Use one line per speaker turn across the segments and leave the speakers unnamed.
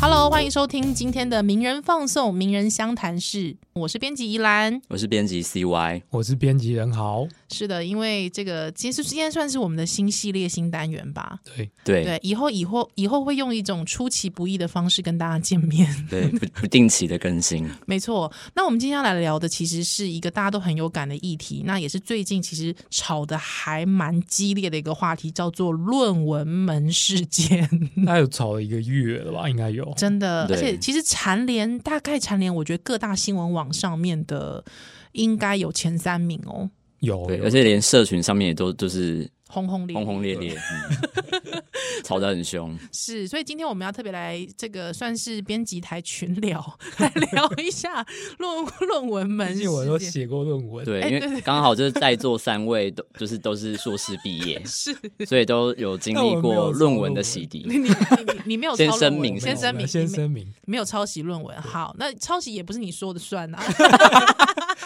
Hello，欢迎收听今天的名人放送名人相谈室，我是编辑宜兰。
我是编辑 CY，
我是编辑人豪，
是的，因为这个其实今天算是我们的新系列新单元吧。
对，
对
对，以后以后以后会用一种出其不意的方式跟大家见面，
对 不不定期的更新，
哦
没错。那我们今天要来聊的其实是一个大家都很有感的议题，那也是最近其实吵得还蛮激烈的一个话题，叫做论文门事件。
那有吵了一个月了吧？应该有。
真的，而
对
且其实蝉联大概蝉联，我觉得各大新闻网上面的应该有前三名哦，
有，
对，
有
而且连社群上面也都就是
轰轰烈烈
轰轰烈烈， 嗯吵得很凶，
是，所以今天我们要特别来这个算是编辑台群聊，来聊一下论 论文门
毕
事
竟我都
件。
写过论文，
对，
哎
因
对
为刚好就是在座三位 都就是都是硕士毕 业，
是
所以都有经
但我
历
没
过
有
论
抄
文的
论
洗
文
你
涤，
你你你没有
先
抄论
声
文
明
先
没有
声
我
明，
们先
你没
声明。
没有抄袭论文。好，那抄袭也不是你说的算 啊。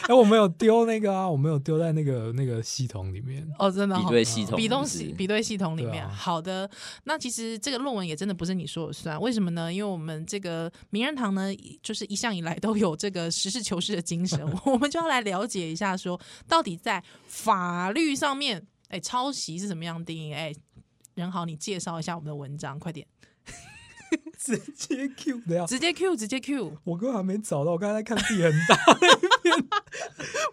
哎，我没有丢那个啊，我没有丢在那个那个系统里面。
哦，真的
比
哦
对系统，
比东
是
西比对系统里
对
面。
啊
好的，那其实这个论文也真的不是你说了算，为什么呢？因为我们这个名人堂呢，就是一向以来都有这个实事求是的精 神，我们就要来了解一下说，到底在法律上面，哎，抄袭是怎么样定义？哎，仁豪，你介绍一下我们的文章，快点，
直接 Q 的呀！
直接 Q，直接 Q，
我根本还没找到，我刚才在看地很大。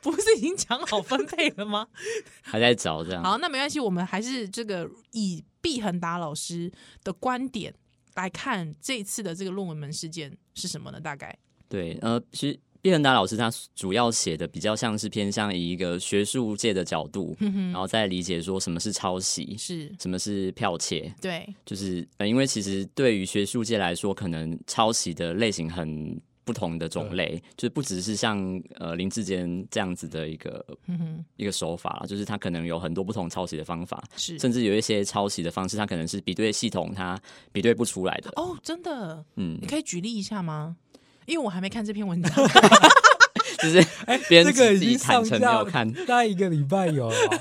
不是已经讲好分配 了吗？
还在找这样，
好，那没关系，我们还是这个以毕恒达老师的观点来看这一次的这个论文门事件是什么呢？大概
对，呃，其实毕恒达老师他主要写的比较像是偏向以一个学术界的角度，
嗯
然后再理解说什么是抄袭，
是
什么是剽窃，
对，
就是呃，因为其实对于学术界来说，可能抄袭的类型很不同的种类，就是不只是像呃林志坚这样子的一个
嗯哼，
一个手法啦，就是他可能有很多不同抄袭的方法，
是
甚至有一些抄袭的方式，它可能是比对系统它比对不出来的。
哦，真的，
嗯
你，可以举例一下吗？因为我还没看这篇文章，
就是别人
哎这个
自
已
己
经
坦
上
诚没
架
有看，
大概一个礼拜有了吧，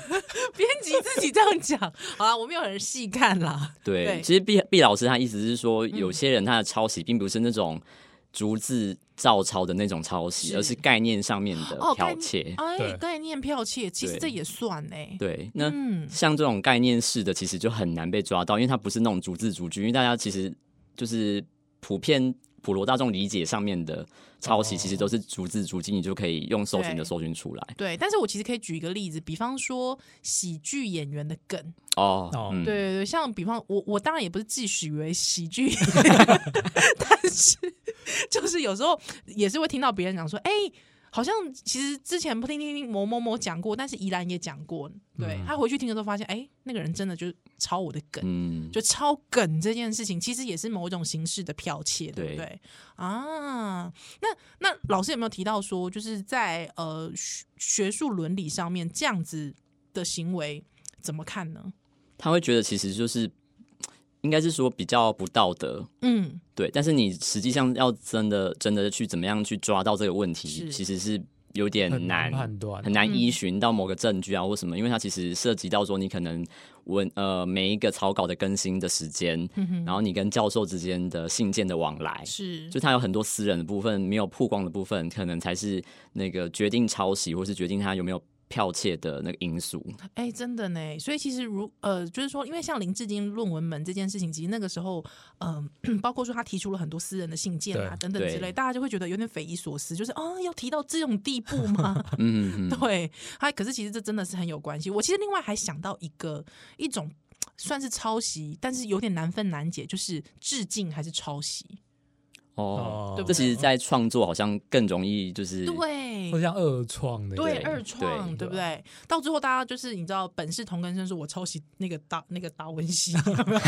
编辑自己这样讲，好啦，我没有人细看啦，
对，
对嗯
其实毕毕老师他意思是说，有些人他的抄袭并不是那种逐字照抄的那种抄袭，
是
而是概念上面的
哦概
剽窃。
哎，
对
概念剽窃，其实
对
这也算哎、
对，那
嗯，
像这种概念式的，其实就很难被抓到，因为它不是那种逐字逐句，因为大家其实就是普遍普罗大众理解上面的抄袭，
哦
其实都是逐字逐句，你就可以用搜寻
对
的搜寻出来。
对，但是我其实可以举一个例子，比方说喜剧演员的梗，
哦，
哦
嗯，
对，对对，像比方我我当然也不是自诩为喜 剧 演员，但是就是有时候也是会听到别人讲说，哎、好像其实之前不听听听某某某讲过，但是宜兰也讲过，对、他回去听的时候发现，哎、那个人真的就是抄我的梗。
嗯，
就抄梗这件事情，其实也是某一种形式的剽窃，对不对
对
啊？那那老师有没有提到说，就是在呃学学术伦理上面这样子的行为怎么看呢？
他会觉得其实就是应该是说比较不道德。
嗯，
对，但是你实际上要真的真的去怎么样去抓到这个问
是
题，其实是有点
很
难
难判断
很。难依循到某个证据啊或什么，因为它其实涉及到说你可能文呃每一个草稿的更新的时间，然后你跟教授之间的信件的往来，
是
就它有很多私人的部分没有曝光的部分，可能才是那个决定抄袭或是决定它有没有剽窃的那个因素。
哎、真的呢。所以其实如呃，就是说，因为像林志坚论文门这件事情，其实那个时候，嗯、 包括说他提出了很多私人的信件啊
对
等等之类，
对
大家就会觉得有点匪夷所思，就是啊，要提到这种地步吗？
嗯，嗯
对，还可是其实这真的是很有关系。我其实另外还想到一个一种算是抄袭，但是有点难分难解，就是致敬还是抄袭？
哦
对，
这
不
其实，
对
在创作好像更容易就是
对
或，像二创的，
对
对
二创，对
对
不对？到最后大家就是你知道，本是同根生，说我抄袭那个达那个达文 西，有没有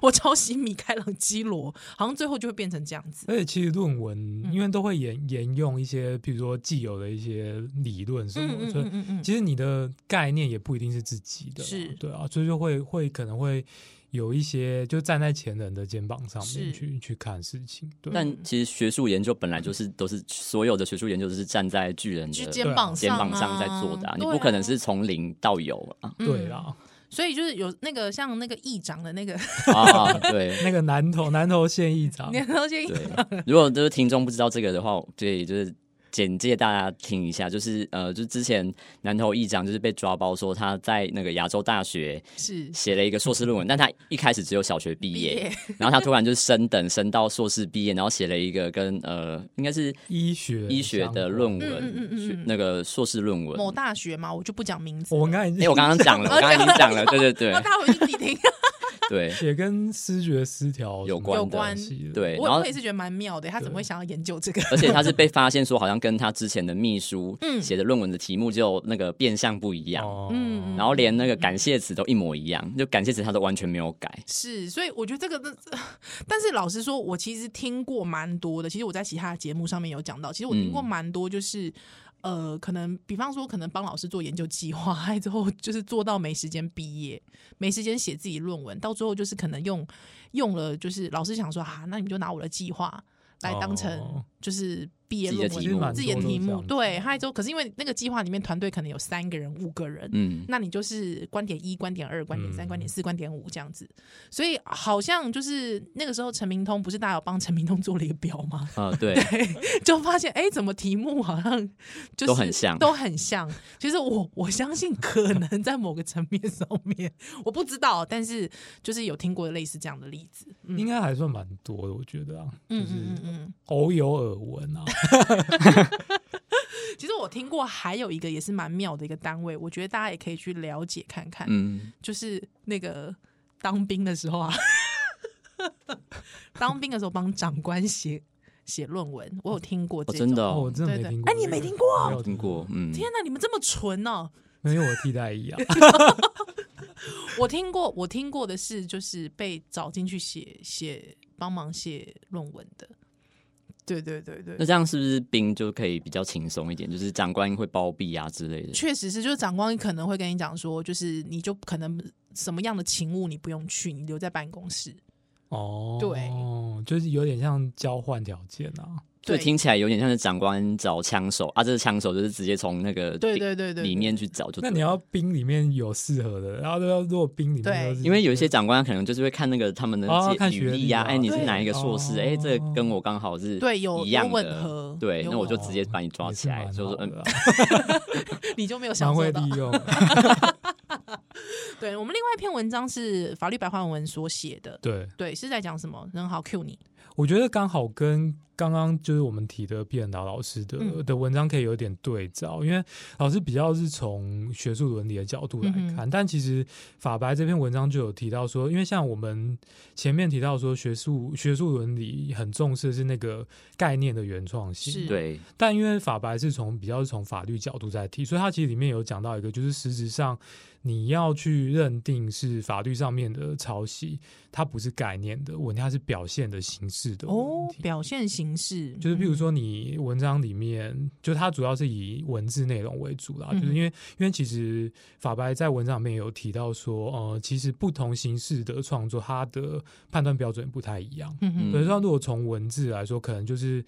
我抄袭米开朗基罗，好像最后就会变成这样子。
嗯
而且其实论文，因为都会沿沿用一些，比如说既有的一些理论什
嗯
么，
嗯
所以
嗯嗯嗯，
其实你的概念也不一定是自己的啦，
是
对啊，所以就会会可能会有一些就站在前人的肩膀上
是
面去去看事情。对，啊
但其实学术研究本来就是都是所有的学术研究都是站在巨人
去
的
肩膀
肩
上、啊、
膀上在做的、啊，你
对。
不可能是从零到有啊
嗯
对啦，
所以就是有那个像那个议长的那个，
啊，对。
那个南投 南投县议长
你，看到这个
对， 如果就是听众不知道这个的话，对，就是简介大家听一下，就是呃，就之前南投议长就是被抓包说他在那个亚洲大学
是
写了一个硕士论文，但他一开始只有小学毕
毕
业，
业，
然后他突然就是升等升到硕士毕业，然后写了一个跟呃应该是
医学
医学的论文，
嗯嗯嗯嗯
学那个相关硕士论文。
某大学嘛，我就不讲名字
相
了。
关，我刚才已
哎、
经
我刚刚 讲了，我刚刚已经讲了，对 对对
那大家回去自己听。
对
也跟失觉失调
有
什么
关的
关系的，
对，
我
然后
我也是觉得蛮妙的，他怎么会想要研究这个？
而且他是被发现说好像跟他之前的秘书
嗯
写的论文的题目就那个变相不一样，
哦，
嗯
然后连那个感谢词都一模一样，就感谢词他都完全没有改。
是，所以我觉得这个真是， 但是老实说，我其实听过蛮多的。其实我在其他的节目上面有讲到，其实我听过
嗯
蛮多，就是、呃，可能比方说，可能帮老师做研究计划，还之后就是做到没时间毕业，没时间写自己论文，到最后就是可能用用了，就是老师想说啊，那你就拿我的计划来当成
哦
就是毕业
自己的
论
题目
文，自己的
其实蛮多都
题
这样
目，
子
对，还之后，可是因为那个计划里面团队可能有三个人、五个人，
嗯，
那你就是观点一、观点二、观点三、
嗯
观点四、观点五这样子。所以好像就是那个时候陈明通不是大家有帮陈明通做了一个表吗？
呃，对，
就发现哎、诶怎么题目好像就是
都很像
都很像。其实我我相信可能在某个层面上面，我不知道，但是就是有听过类似这样的例子。嗯
应该还算蛮多的，我觉得啊，就
嗯嗯嗯
是
嗯。
偶有耳闻啊，
其实我听过还有一个也是蛮妙的一个单位，我觉得大家也可以去了解看看。
嗯，
就是那个当兵的时候啊， 当兵的时候帮长官写写论文，我有听过这
哦，
种。
真的、
哦，我
哦，
真的
对
没
对
听过这
哎
个，
你没听过
没有
听过，，嗯，
天哪，你们这么纯哦！
没有我替代役啊，
我听过，我听过的是就是被找进去写写帮忙写论文的。对对对对
那，这样是不是兵就可以比较轻松一点？就是长官会包庇啊之类的。
确实是，就是长官可能会跟你讲说，就是你就可能什么样的勤务你不用去，你留在办公室。
哦，
对，
就是有点像交换条件啊，
对
所以听起来有点像是长官找枪手啊，这是枪手就是直接从那个
对
兵
对对对，
里面去找就对了。
那你要冰里面有适合的，然后要如果冰里面
对
都是
因为有一些长官可能就是会看那个他们的
哦
简
看
履
学
历
历
呀、
啊
哎、你是
对
哪一个硕士？哎、这
哦
个跟我刚好是
对有
一样
有
的
吻合
对，
有
那我就
吻合
直接把你抓起来，
也是
就说
蛮好
嗯
的啊
你就没有享
蛮
受
会
到
利。用的，
对我们另外一篇文章是法律白话文所写的，
对。
对，是在讲什么？人好 Q 你，
我觉得刚好跟刚刚就是我们提的毕仁达老师的、
嗯
的文章可以有点对照，因为老师比较是从学术伦理的角度来
嗯哼
看，但其实法白这篇文章就有提到说，因为像我们前面提到说学术学术伦理很重视的是那个概念的原创
是
性，
对，
但因为法白是从比较是从法律角度在提，所以它其实里面有讲到一个，就是实质上你要去认定是法律上面的抄袭，它不是概念的问题，它是表现的形式的问
哦
题。，
表现形式
就是譬如，说，你文章里面，就它主要是以文字内容为主啦，
嗯
就是因为因为其实法白在文章里面有提到说，呃，其实不同形式的创作，它的判断标准不太一样。
嗯哼
对，那如果从文字来说，可能就是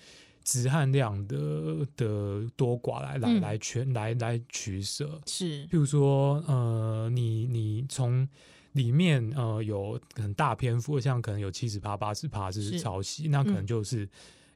质和量的的多寡来来
嗯
来全来来取舍。
是
譬如说，呃，你你从里面呃有很大篇幅，像可能有七十趴、八十趴
是
是抄袭，那可
嗯
能就是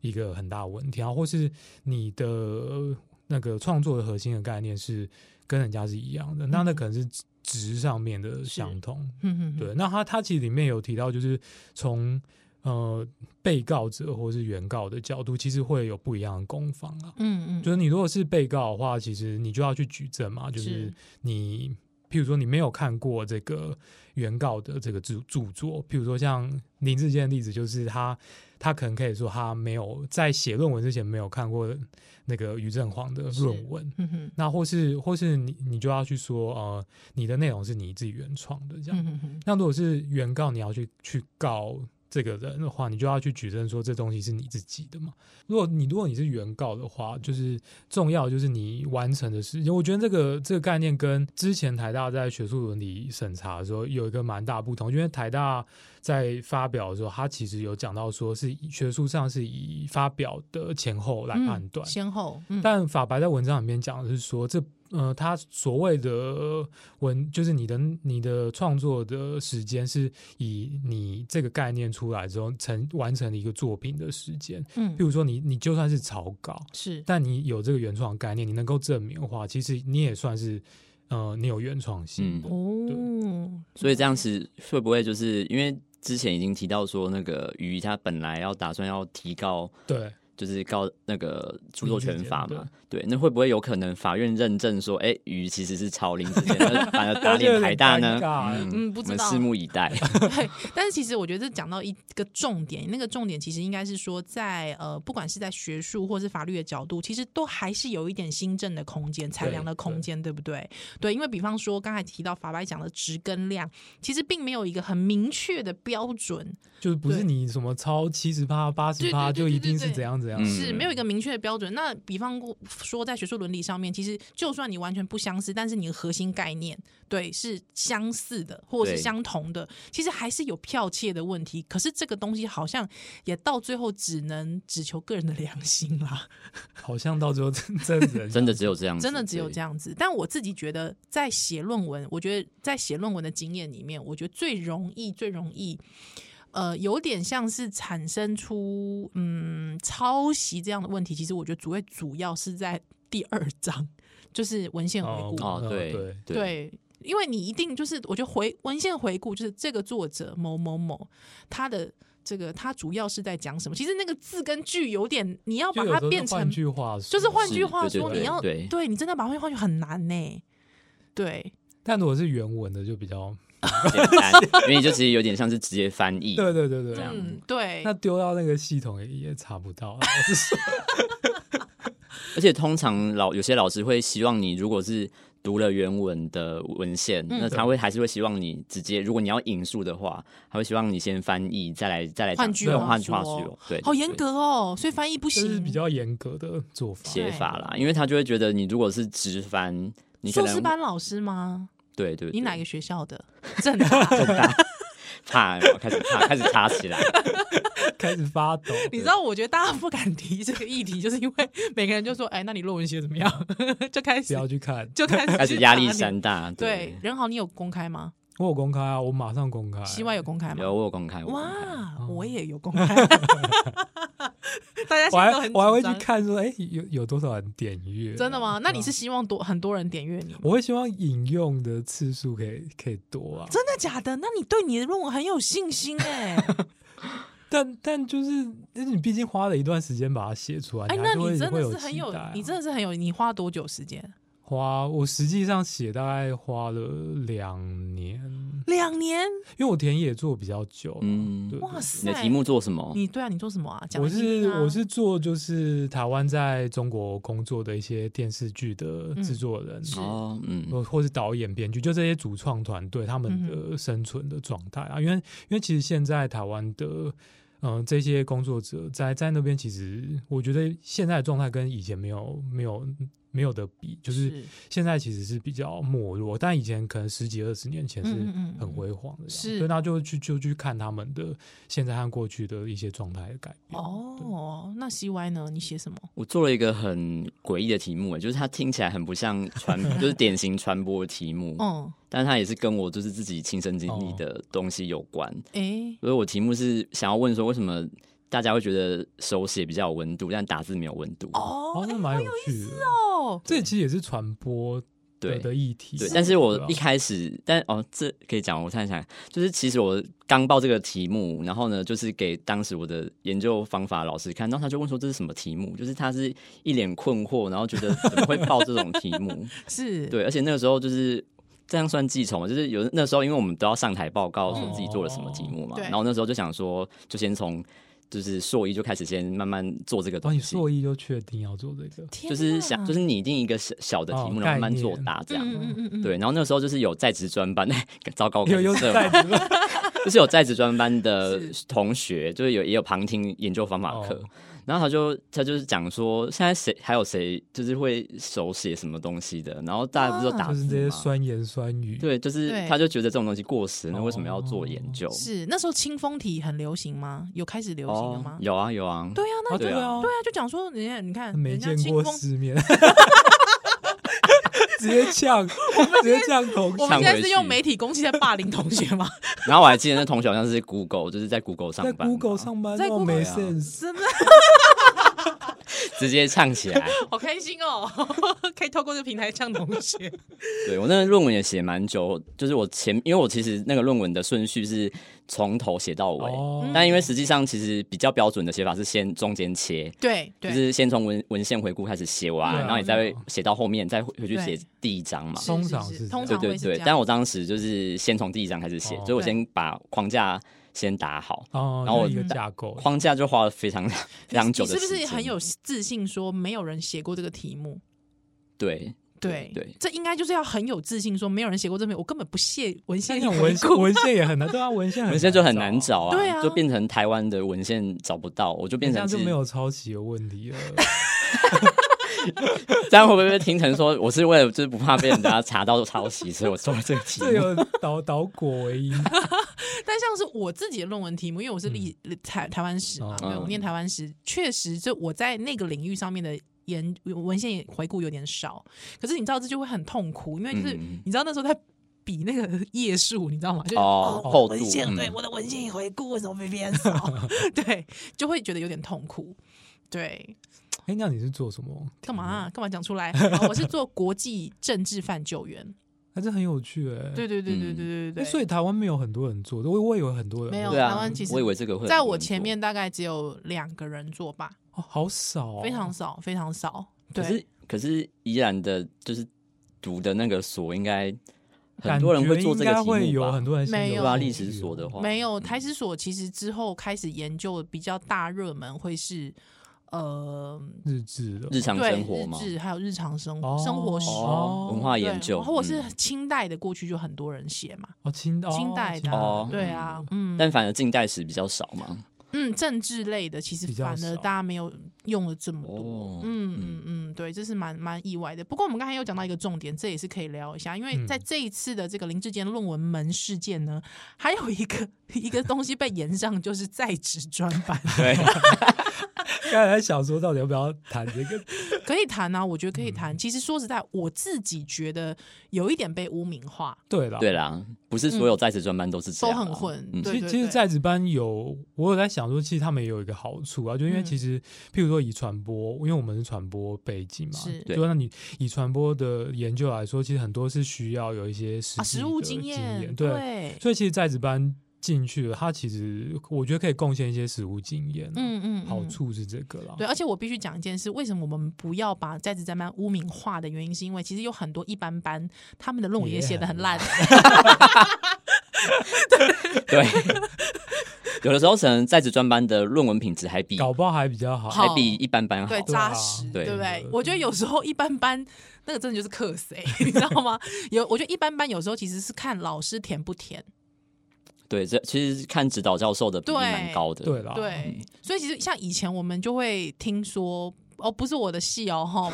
一个很大的问题。然后或是你的呃那个创作的核心的概念是跟人家是一样的，那那
嗯
可能是值值上面的相通。
嗯哼哼
对，那他他其实里面有提到，就是从呃被告者或是原告的角度，其实会有不一样的攻防啊。
嗯嗯，
就是你如果是被告的话，其实你就要去举证嘛，就是
是
你譬如说你没有看过这个原告的这个著著作，譬如说像林志坚的例子，就是他他可能可以说他没有在写论文之前没有看过那个于正煌的
是
论文。
嗯哼
那或是或是你你就要去说呃你的内容是你自己原创的这样，
嗯哼哼
那如果是原告，你要去去告这个人的话，你就要去举证说这东西是你自己的嘛。如果你如果你是原告的话，就是重要就是你完成的事情。我觉得这个这个概念跟之前台大在学术伦理审查的时候有一个蛮大不同，因为台大在发表的时候，它其实有讲到说是以学术上是以发表的前后来判断，
先后，嗯，
但法白在文章里面讲的是说，这呃，他所谓的文就是你的你的创作的时间是以你这个概念出来之后成完成的一个作品的时间。
嗯
譬如说你，你就算是草稿，
是
但你有这个原创概念，你能够证明的话，其实你也算是呃，你有原创性
嗯
的。
哦，
所以这样子会不会就是因为之前已经提到说，那个鱼他本来要打算要提告，
对，
就是告那个著作权法
林志
嘛？对，那会不会有可能法院认证说，哎、鱼其实是超林之间， 但是反而打脸台大
有
呢？
点尴尬
嗯不知道
我们拭目以 待。
对，但是其实我觉得这讲到一个重点，那个重点其实应该是说在，呃，不管是在学术或是法律的角度，其实都还是有一点新政的空间、裁量的空间，对不对？对，因为比方说刚才提到法白讲的值跟量，其实并没有一个很明确的标准，
就是不是
对
你什么超七十趴、八十趴
对对对
就一定是
对对
怎样怎样。
嗯
是没有一个明确的标准。那比方过说，在学术伦理上面，其实就算你完全不相似，但是你的核心概念对是相似的，或者是
对
相同的，其实还是有剽窃的问题。可是这个东西好像也到最后只能只求个人的良心啦，
好像到最后真真人
真的只有这样
嗯
子，
真的只有
对
这样子。但我自己觉得，在写论文，我觉得在写论文的经验里面，我觉得最容易最容易。呃，有点像是产生出嗯抄袭这样的问题。其实我觉得主要主要是在第二章，就是文献回顾。
哦，
嗯
对
对
对，因为你一定就是，我觉得回文献回顾就是这个作者某某某他的这个他主要是在讲什么？其实那个字跟句有点，你要
就
把
有时
它
候是
变成
换，句话说，
就是换句
是
话
对对
说，
对
你要
对
你真的把它换句话说很难呢。对，
但如果是原文的就比较，
简单，因为你就其实有点像是直接翻译。
对对对对，
这样
嗯，对
那，丢到那个系统也也查不到啊，老实说
而且通常老有些老师会希望你，如果是读了原文的文献，
嗯
那他会还是会希望你直接，如果你要引述的话，他会希望你先翻译，再来再来讲
换句
对
话
换句话
说
说，对，
好
对
严。格哦，所以翻译不
这是
行
比。较严格的做法。
欸
写法啦，因为他就会觉得你如果是直翻，你可
硕
能
士班老师吗？
对对，对
你哪个学校的？正大。
怕开始怕开始插起来，
开始 发抖，
你知道，我觉得大家不敢提这个议题，就是因为每个人就说：“哎，那你论文写怎么样？” 就开
不
始
要去看。
就开始
开始压
去
力
查你
山大。
对，仁豪，你有公开吗？
我有公开啊，我马上公开。啊
西外有公开吗？
有我有公开，我有公开
哇，
哦
我也有公开。 大家现在
我还
都很
我还会
紧
去
张，
看说，哎，有有多少人点阅？
真的吗？那你是
对啊
希望多很多人点阅你吗
啊？我会希望引用的次数可以可以多啊。
真的假的？那你对你的论文很有信心 哎、
但但就是，但是你毕竟花了一段时间把它写出来，
哎，
还
那
是会
你真
会
的
有
是很
期
有
待啊，
你真的是很有，你花多久时间？
花我实际上写大概花了两年，
两年？
因为我田野做比较久了。
嗯
对，
哇
你的
塞！
题目做什么？
你对啊，你做什么啊？讲
我
来听听
是
啊
我是做就是台湾在中国工作的一些电视剧的制作人，
嗯是
哦，嗯，
或或是导演、编剧，就这些主创团队他们
嗯
的生存的状态啊。因为因为其实现在台湾的嗯、呃这些工作者在在那边，其实我觉得现在的状态跟以前没有没有没有的比，就是
是
现在其实是比较没落，但以前可能十几二十年前是
嗯嗯嗯
很辉煌的样子，
是
所以那就去就去看他们的现在和过去的一些状态的改变。
哦，那 CY 呢？你写什么？
我做了一个很诡异的题目，欸就是它听起来很不像 传，就是典型传播的题目，
嗯，
但它也是跟我就是自己亲身经历的东西有关，
哎，
所以我题目是想要问说，为什么大家会觉得手写比较有温度，但打字没有温度？
哦
哦，那蛮有趣的。
哦，
这其实也是传播
对
的的议题。
对，但是我
对啊
一开始，但哦，这可以讲，我看一下，就是其实我刚报这个题目，然后呢，就是给当时我的研究方法老师看，然后他就问说这是什么题目，就是他是一脸困惑，然后觉得怎么会报这种题目？
是，
对，而且那个时候就是这样算记仇嘛，就是有那时候因为我们都要上台报告说自己做了什么题目嘛，
嗯对
然后那时候就想说，就先从就是硕一就开始先慢慢做这个
哇，
东
哦你
西，
硕一就确定要做这个，
天
就是
哪
想就是拟定一个小小的题目，然后
哦
慢慢
概念
做大这样。
嗯嗯嗯嗯，
对，然后那时候就是有在职专班， 糟糕，
有有
感受
在职吗
就是有在职专班的
是
同学，就是有也有旁听研究方法课，
哦
然后他就他就是讲说，现在谁还有谁就是会手写什么东西的，然后大家不是
啊
都打
就
字
是这些
吗？
酸言酸语，
对，就是
对
他就觉得这种东西过时，那为什么要做
哦
研究？
是那时候清风体很流行吗？有开始流行了
哦
吗，？
有啊有啊，
对啊，那
啊，
就
对啊
啊，
对啊，就讲说人家你看
没
人家
见
清
过
风，
世面，直接 呛，直接呛同
我们现
学。
呛
在
回
是用
去
媒体攻击在霸凌同学吗？
然后我还记得那同学好像是 Google，就是在 Google 上
在
班吧，
Google 上班，
在
那我
Google
没
啊
sense。
真的
直接唱起 来。
好开心哦， 可以透过这个平台呛同学。
对我那个论文也写蛮久，就是我前，因为我其实那个论文的顺序是从头写到尾，
嗯
哦，
但因为实际上其实比较标准的写法是先中间切，
对
就
对，
是先从文文献回顾开始写完，
对啊
然后你再会写到后面，再回去写
对
第一章嘛
是。
通常
是
是这
通
对
样
常
对
会是这
对，
样。
但我当时就是先从第一章开始写，
哦
所以我
对
先把框架先打好，
哦，
然后
就是一
我
个架构，
框架就花了非 常非常久
你
的
是
时
不
间。
是很有自信说没有人写过这个题目？
对
对
对对
这应该就是要很有自信说没有人写过这篇，我根本不屑文献
像
里
那种
回
文
顾。
文献也很难，对啊，文献很
文献就很难找啊，
对啊
就变成台湾的文献找不到，我就变
这样
成
就是没有抄袭的问 题了。
这样会不会被听成说我是为了就是不怕被人家查到抄袭，所以我做了这个题
这
目？
有导导果为因，
但像是我自己的论文题目，因为我是历台台湾史嘛，
嗯
对，我念台湾史，确实就我在那个领域上面的研文献回顾有点少。可是你知道，这就会很痛苦，因为就是、
嗯
你知道那时候在。比那个页数，你知道吗？就是
哦厚
文
度
献、
嗯
对我的文献回顾为什么被编 少？对，就会觉得有点痛苦。 对，
哎，那你是做什么？
干嘛
嗯
啊、干嘛讲出来？好我是做国际政治 犯救援。
还是很有趣哎。
对对对对对对对
嗯
对。
诶所以台湾没有很多人做，我我以为很多人
没有
对
台
啊
湾其，实
我以为这个会
在
很
我
多
前面大概只有两个人做吧，
哦，好少哦，
非常少，非常少。
可
对
是，可是宜兰的，就是读的那个所，应该很
感
多人会
觉
做这
应
个
该会
题目
有很
吧？
多人先
没
对
有
吧？
有
历史所的话，
没有台史所，其实之后开始研究比较大热门会是呃，
日志哦的
日常
对
生活
日
嘛，
志还有日常生活
哦
生活史。
哦，文化
对
研究，
然后我是
嗯
清代的，过去就很多人写嘛，
哦，清哦
清代的啊
哦，
对啊，嗯
但反而近代史比较少嘛。
嗯，政治类的其实
比较
反而
少
大家没有用了这么多，
哦，
嗯嗯嗯，对，这是蛮蛮意外的。不过我们刚才有讲到一个重点，这也是可以聊一下，因为
嗯
在这一次的这个林志坚论文门事件呢，还有一个一个东西被延上，就是在职专班
对，
刚才想说到底要不要谈这个，
可以谈啊，我觉得可以谈。其实说实在，我自己觉得有一点被污名化，
对了，
对啦，不是所有在职专班都是这
嗯都
样啊，
很混。
嗯
对对
其实
对，
其实在职班有，我有在想说，其实他们也有一个好处啊，就因为
嗯
其实，譬如说以传播，因为我们是传播背景嘛
是，
对
就那你以传播的研究来说，其实很多是需要有一些实
啊，
际
实
的
务
经
验，
对，
对，
所以其实在职班进去了，他其实我觉得可以贡献一些实务经验、嗯，
嗯嗯，
好
嗯
处是这个啦，
对，而且我必须讲一件事，为什么我们不要把在职专班污名化的原因，是因为其实有很多一般班，他们的论文也
也
写的
很
很烂，
对。 有的时候可能在职专班的论文品质还比
搞不好还比较好，
好
还比一般班好
对，，
对
扎
啊
实，
对
不对
对？
我觉得有时候一般班那个真的就是克谁， 你知道吗？有，我觉得一般班有时候其实是看老师甜不甜，
对，这其实看指导教授的比例蛮
对
高的，
对啦，
对，所以其实像以前我们就会听说。哦，不是我的戏哦，哈，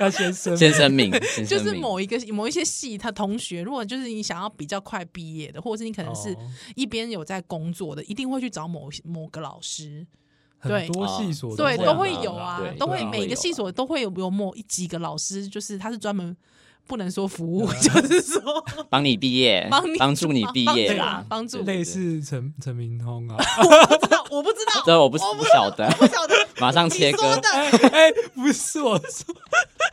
要 先生
先声明， 先
就
声
是
明
某一个某一些系，他同学，如果就是你想要比较快毕业的，或者是你可能是
哦
一边有在工作的，一定会去找某某个老师，对
很多系所
对，
会
都
啊
会
对
有
啊
啊
对，
都
对
会
啊
每
会
个
有
系
啊
所都会有有某一几个老师，就是他是专门不能说服务，
啊
就是说
帮你毕业，
帮你
帮助你毕业
帮
啦
助，帮助
对
类。似陈陈明通 啊，
不知道，我不知道，
这我不不晓得，
不晓得
马上
你
切
说
割。
的，
哎哎，不是我说，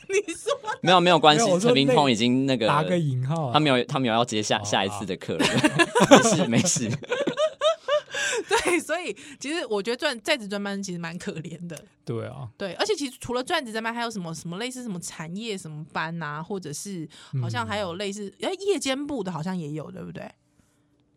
你说
没有没有关
没有
系，
我说
陈明
那
通已经那个，
打个引号啊，
他没有他没有要接下
哦
下一次的课了， 没事没事，
对，所以其实我觉得转在职专班其实蛮可怜的，
对啊，
对，而且其实除了转职专班，还有什么什么类似什么产业什么
嗯
班啊，或者是好像还有类似哎夜间部的，好像也有，对不对？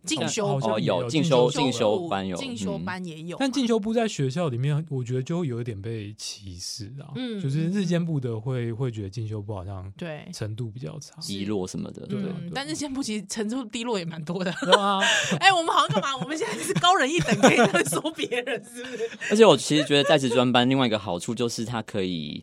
进
好
修
好像
哦
也
有进
进
修
进
进
修
修
部
班有
进修
嗯
班也有啊，
但进修部在学校里面，我觉得就会有一点被歧视啊，
嗯
就是日间部的会会觉得进修部好像
对，
程度比较差，
低落什么的，对。
嗯，但是现不其实程度低落也蛮多的。
对啊，
哎，我们好像干嘛？我们现在是高人一等，可以在说别人是不是？
而且我其实觉得在职专班另外一个好处就是它可以，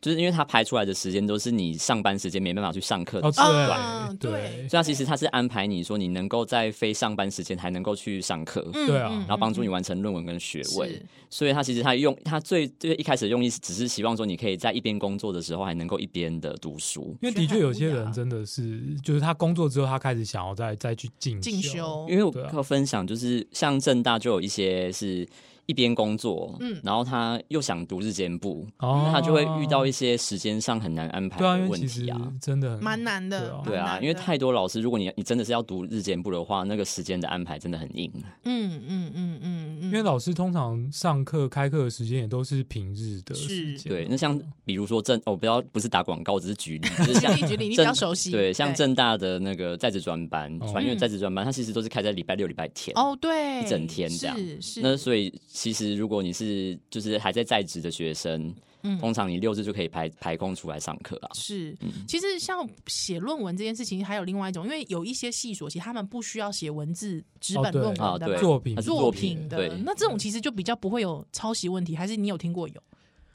就是因为它排出来的时间都是你上班时间没办法去上课 的
哦
时段，
啊
对
对
对
所以它其实它是安排你说你能够在非上班时间还能够去上课。
嗯
对啊
嗯
然后帮助
嗯
你完成论文跟学位
是，
所以它其实它用它最最一开始的用意是只是希望说你可以在一边工作的时候还能够一边的读书，
因为的确有些人真的是，就是他工作之后，他开始想要再再去进
进修
因为我
对啊
要分享，就是像正大就有一些是一边工作，
嗯
然后他又想读日间部，
哦
那他就会遇到一些时间上很难安排
对啊，
的
因为
问
其实
题啊。
真的很
蛮难的，
对
蛮
啊，
难
因为
的
太多老师，如果你你真的是要读日间部的话，那个时间的安排真的很硬。
嗯嗯嗯嗯嗯，
因为老师通常上课开课的时间也都是平日的时
是
间，
对，那像比如说正，哦，不要不是打广告，只是举例，就是
举
像
例举例，你比
正
较熟悉，
对，像正大的那个在职专班，
哦
传院
嗯
在职专班，它其实都是开在礼拜六、礼拜天。
哦，对，
一整天这样
是是，
那所以其实如果你是就是还在在职的学生，
嗯
通常你六日就可以排排空出来上课啦。
是
嗯，
其实像写论文这件事情，还有另外一种，因为有一些系所，其实他们不需要写文字纸
哦
本
对
论
啊
文的
对
嘛
作品
它是
作
作
品
品
的
对，
那这种其实就比较不会有抄袭问题，还是你有听过有？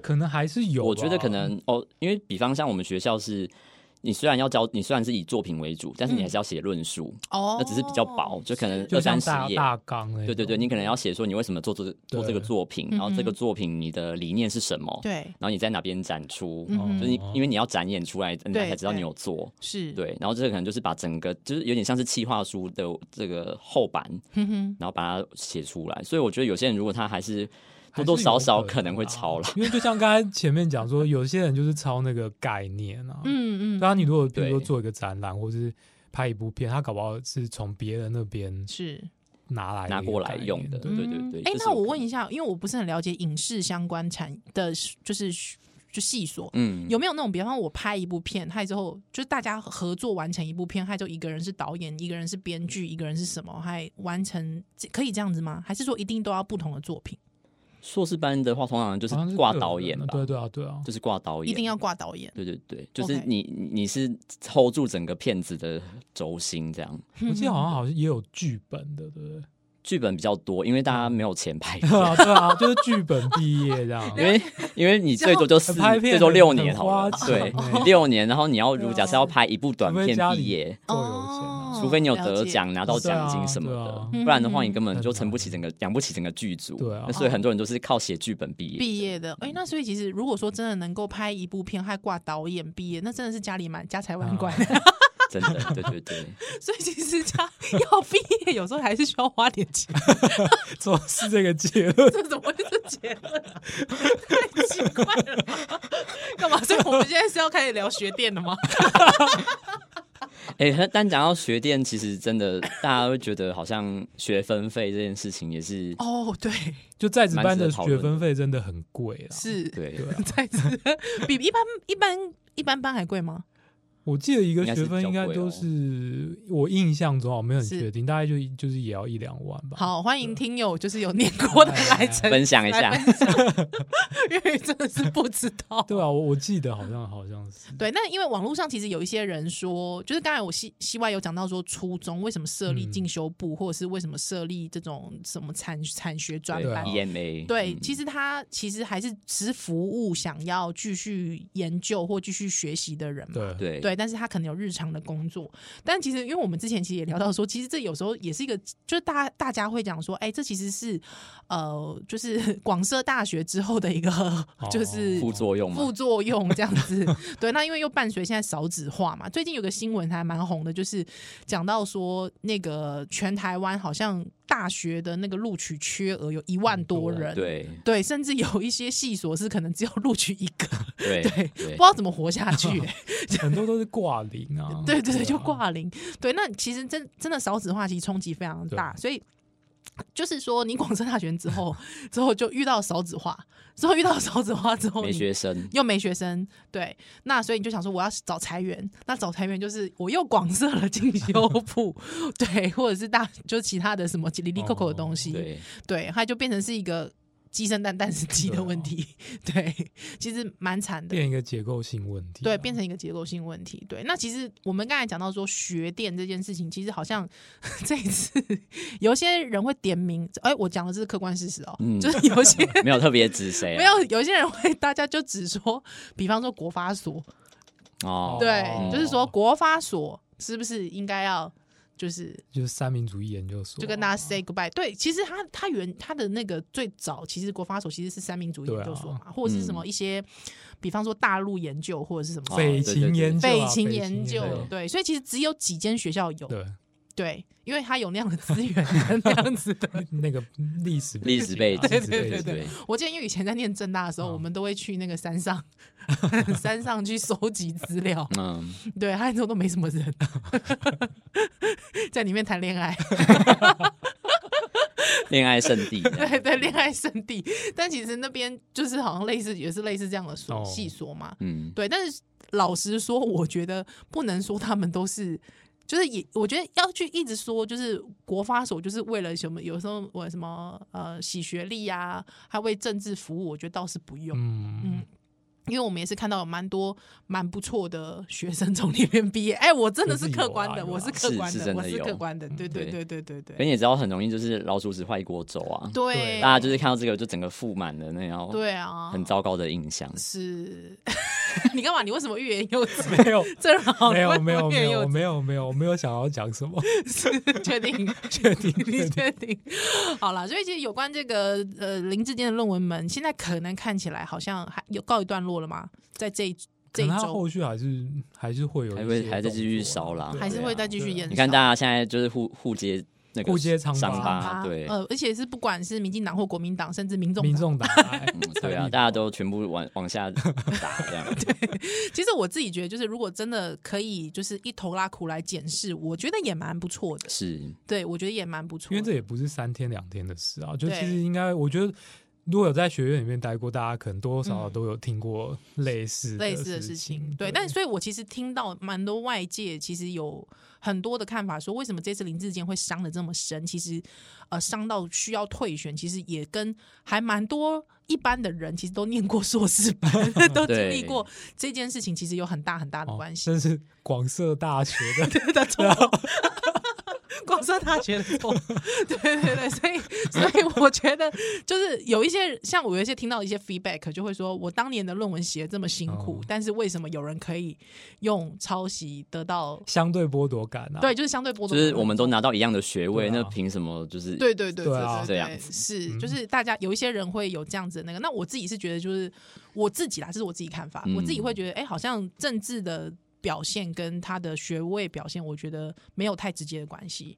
可能还是有吧，
我觉得可能哦，因为比方像我们学校是，你虽然要教，你虽然是以作品为主，但是你还是要写论述，
嗯哦
那只是比较薄，就可能
就
二
像
三十
大
页。
大纲哎，
对对对，你可能要写说你为什么做这个做这个
对
作品，
嗯
然后这个
嗯
作品你的理念是什么，
对，
然后你在哪边展出，哦
哦
嗯哼
就是你因为你要展演出来，人家
对
才知道你
对
有做。
是，
对，然后这个可能就是把整个就是有点像是企划书的这个后版，
哼哼，
然后把它写出来。所以我觉得有些人如果他还是
还
多
是
多少少
有
可能会
啦
抄啦。
因为就像刚才前面讲说，有些人就是抄那个概念啊，
嗯
对啊，
嗯，
你如果比如说
对
做一个展览，或是拍一部片，他搞不好是从别人那边
是。
拿来的
拿
一个
过来
概念
用的，对对对。
哎、
这是
那
有
我
可
问
能
一，下，因为我不是很了解影视相关产的，就是就系所。
嗯，
有没有那种，比方说我拍一部片，害之后就是大家合作完成一部片，害之后一个人是导演，一个人是编剧，一个人是什么，还完成这可以这样子吗？还是说一定都要不同的作品，
硕士班的话，通常就
好像
是挂
个
导
人
演
的
吧，
对对啊，对啊，
就是挂导演，
一定要。挂导演？
对对对，就是
OK
你你是 hold 住整个片子的轴心这样。
我记得
嗯
好像好像也有剧本的，对不 对？
剧本比较多，因为大
嗯
家没有钱拍片，
对啊，对啊，就是剧本毕业这样
因。为因为你最多就四，
拍片
最多
很
六
很
年好了
花，钱
对
欸，
六年，然后你要
对
如
啊
假设要拍一部短
除非
片
家
毕
里
业，
够有钱 啊
哦
除非你有
了
得
解
奖拿到奖金什么
对啊
的，
对啊
不然的话
嗯
你根本
很
就撑不
难
起整个养不起整个剧组。
对啊
那所以很多人都是靠写剧本毕业。
毕业的，哎、那所以其实如果说真的能够拍一部片，还挂导演毕业，那真的是家里蛮家财万贯的。
真的，对对对，
所以其实家要毕业，有时候还是需要花点钱。
总是这个结论。
这怎么会是结论、啊？ 太奇怪了吧，干嘛？所以我们现在是要开始聊学电了吗？
哎、但讲到学电，其实真的大家会觉得好像学分费这件事情也是，
哦，对，
就在职班
蛮值
的
得讨论
学
的
分费真的很贵啊啦。
是，
对，
再次比一般一般一般班还贵吗？
我记得一个
应该是
学分
比较
应该
贵
都
哦
是我印象中啊，没有很
是
确定，大概就就是也要一两万吧。
好，欢迎听友，就是有念过的来成
分享一下
来，分享，因为真的是不知道。
对啊，我我记得好像好像是
对，那因为网络上其实有一些人说，就是刚才我西西外有讲到说，初中为什么设立
嗯
进修部，或者是为什么设立这种什么产产学专
对
班
啊，
EMA，
对，
嗯
其实他其实还是只是服务想要继续研究或继续学习的人嘛。
对
对
对，但是他可能有日常的工作，但其实因为我们之前其实也聊到说，其实这有时候也是一个，就是大大家会讲说，哎，这其实是呃，就是 广设大学之后的一个就是
哦副作用
副
嘛，
作用这样子。 对，那因为又伴随现在少子化嘛，最近有个新闻还蛮红的，就是讲到说那个全台湾好像大学的那个录取缺额有一万多人，
对
对甚至有一些系所是可能只有录取一个，
对
对，不
对哦
知，道怎么活 下去、欸
很多都是挂零啊。
对对对，
啊
就挂零。对，那其实真真的少子化其实冲击非常大，所以。就是说你广州大学之后之后就遇到少子化，之后遇到少子化之后
没
你
学生，
又没学生，对，那所以你就想说我要找裁员，那找裁员就是我又广设了进修部， 对，或者是大就其他的什么里里扣扣的东西，
哦对，
对，它就变成是一个鸡生蛋蛋生鸡的问题， 对，其实蛮惨的。
变一个结构性问题啊，
对，变成一个结构性问题。对，那其实我们刚才讲到说学电这件事情，其实好像 这一次有些人会点名，哎、我讲的这是客观事实哦，
嗯
就是有些
没有特别指谁
没
啊，
有有些人会大家就只说，比方说国发所，
哦，
对，
哦
就是说国发所是不是应该要就是
就是三民主义研究所啊，
就跟大家 say goodbye。对，其实他他原他的那个最早，其实国发所其实是三民主义
对
研究所
啊
嘛，或者是什么一些，比方说大陆研究或者是什么
哦
匪
对对
情
对
研究啊，
匪情研究，
究
对，所以其实只有几间学校有，
对，
对，因为他有那样的资源 跟那样子的。
那个历史
历史背
啊
景，
历史背
对
景
对，我记得，因为以前在念正大的时候，
嗯
我们都会去那个山上， 山上去搜集资料。
嗯，
对，他那时候都没什么人， 在里面谈恋爱。
恋爱圣地，
对对，恋爱圣地。但其实那边就是好像类似，也是类似这样的所
哦
细说嘛。
嗯，
对，但是老实说，我觉得不能说他们都是。就是也，我觉得要去一直说，就是国发所就是为了什么，有时候我什么呃洗学历啊，还为政治服务，我觉得倒是不用，
嗯
嗯，因为我们也是看到有蛮多蛮不错的学生从里面毕业。哎，我真的
就是是
客
有
观
啊
的，
有
我
啊
是客
是
观
是
的，
真
我
的
是客
有
观的，对对对
对
对对对
可。你也知道，很容易就是老鼠屎坏锅粥啊，
对，
大家就是看到这个就整个覆满了那样，
对啊，
很糟糕的印象。
是， 你干嘛？你为什么欲言又止？
没有。
真好，
没有
你
没
为什
有
么欲
没
言
有
又
我
止
没有没有我没有想要讲什么，
确定，
确定确
你
定
确定？好了，所以其实有关这个呃林志坚的论文们，现在可能看起来好像还有告一段落了吗？在这一这
可
一
能他
周
后续还是还是会有一些
还
动作
会
啊，
还在继续烧啦
对
还是
对啊
会再继续延
你看，
烧
大家现在就是互互接那个
互揭疮疤
伤
啊
疤，对，
呃，而且是不管是民进党或国民党，甚至民众
民
党，
众 党
嗯对啊，大家都全部往往下打这样。
其实我自己觉得，就是如果真的可以，就是一头拉苦来检视，我觉得也蛮不错的。
是，
对，我觉得也蛮不错
因
的。
为这也不是三天两天的事啊，就
对
其实应该，我觉得如果有在学院里面待过，大家可能多多少少
嗯
都有听过类似
类似
的
的事
情哦
情。，对，但所以，我其实听到蛮多外界其实有很多的看法，说为什么这次林志坚会伤的这么深？其实，呃，伤到需要退选，其实也跟还蛮多一般的人其实都念过硕士 班，都经历
对
过这件事情，其实有很大很大的
哦
关系。
这是广设大学的
的错，广设大学的 错，对对对，所以所以我觉得就是有一些像我有一些听到一些 feedback 就会说，我当年的论文写得这么辛苦，
哦
但是为什么有人可以用抄袭得到？
相对剥夺感 啊，
对，就是相对波动，
就是我们都拿到一样的学位，
对啊
那凭什么就是
对对对
对
对
啊
对
这样
对
子
是，
嗯
就是大家有一些人会有这样子的那个。那我自己是觉得，就是我自己啦，这是我自己看法，
嗯
我自己会觉得，哎、好像政治的表现跟他的学位表现，我觉得没有太直接的关系。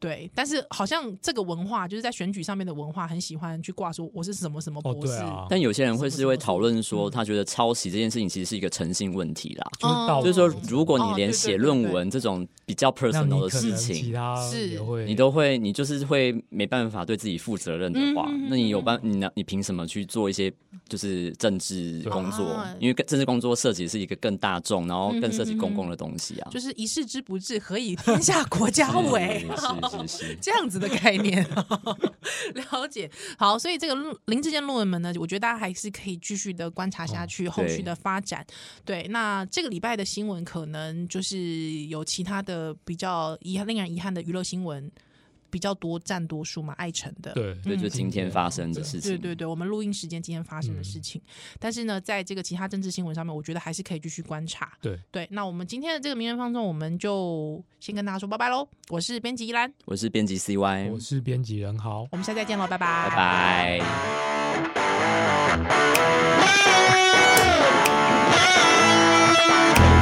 对，但是好像这个文化就是在选举上面的文化，很喜欢去挂说我是什么什么
哦
博士，
对啊，
但有些人会是会讨论
什么嗯
说，他觉得抄袭这件事情其实是一个诚信问题啦。
就是道
就是
德
说
嗯，
如果
哦
你连
对对
写
对
论
对
文这种比较
那你
personal 的
可
事
能其
情，
他
是
也会
你都会，你就是会没办法对自己负责任的话
嗯嗯嗯，
那你有办你拿你凭什么去做一些就是政治
对
工作
啊？
因为政治工作涉及是一个更大众，然后更涉及公共的东西啊。
就是一世之不智，何以天下国家为？
是是是 是，
这样子的概念， 了解。好，所以这个论林志坚论文们呢，我觉得大家还是可以继续的观察下去，后续的发展。对，那这个礼拜的新闻可能就是有其他的比较遗令人遗憾的娱乐新闻比较多占多数嘛，爱晨的。
对
对，就
嗯
今天发生的事情。
对对对，我们录音时间今天发生的事情，但是呢，在这个其他政治新闻上面，我觉得还是可以继续观察。
对
对，那我们今天的这个名人放送，我们就先跟大家说拜拜喽。我是编辑依兰，
我是编辑 CY，
我是编辑人豪。
我们下次再见喽，拜
拜拜。
Yeah!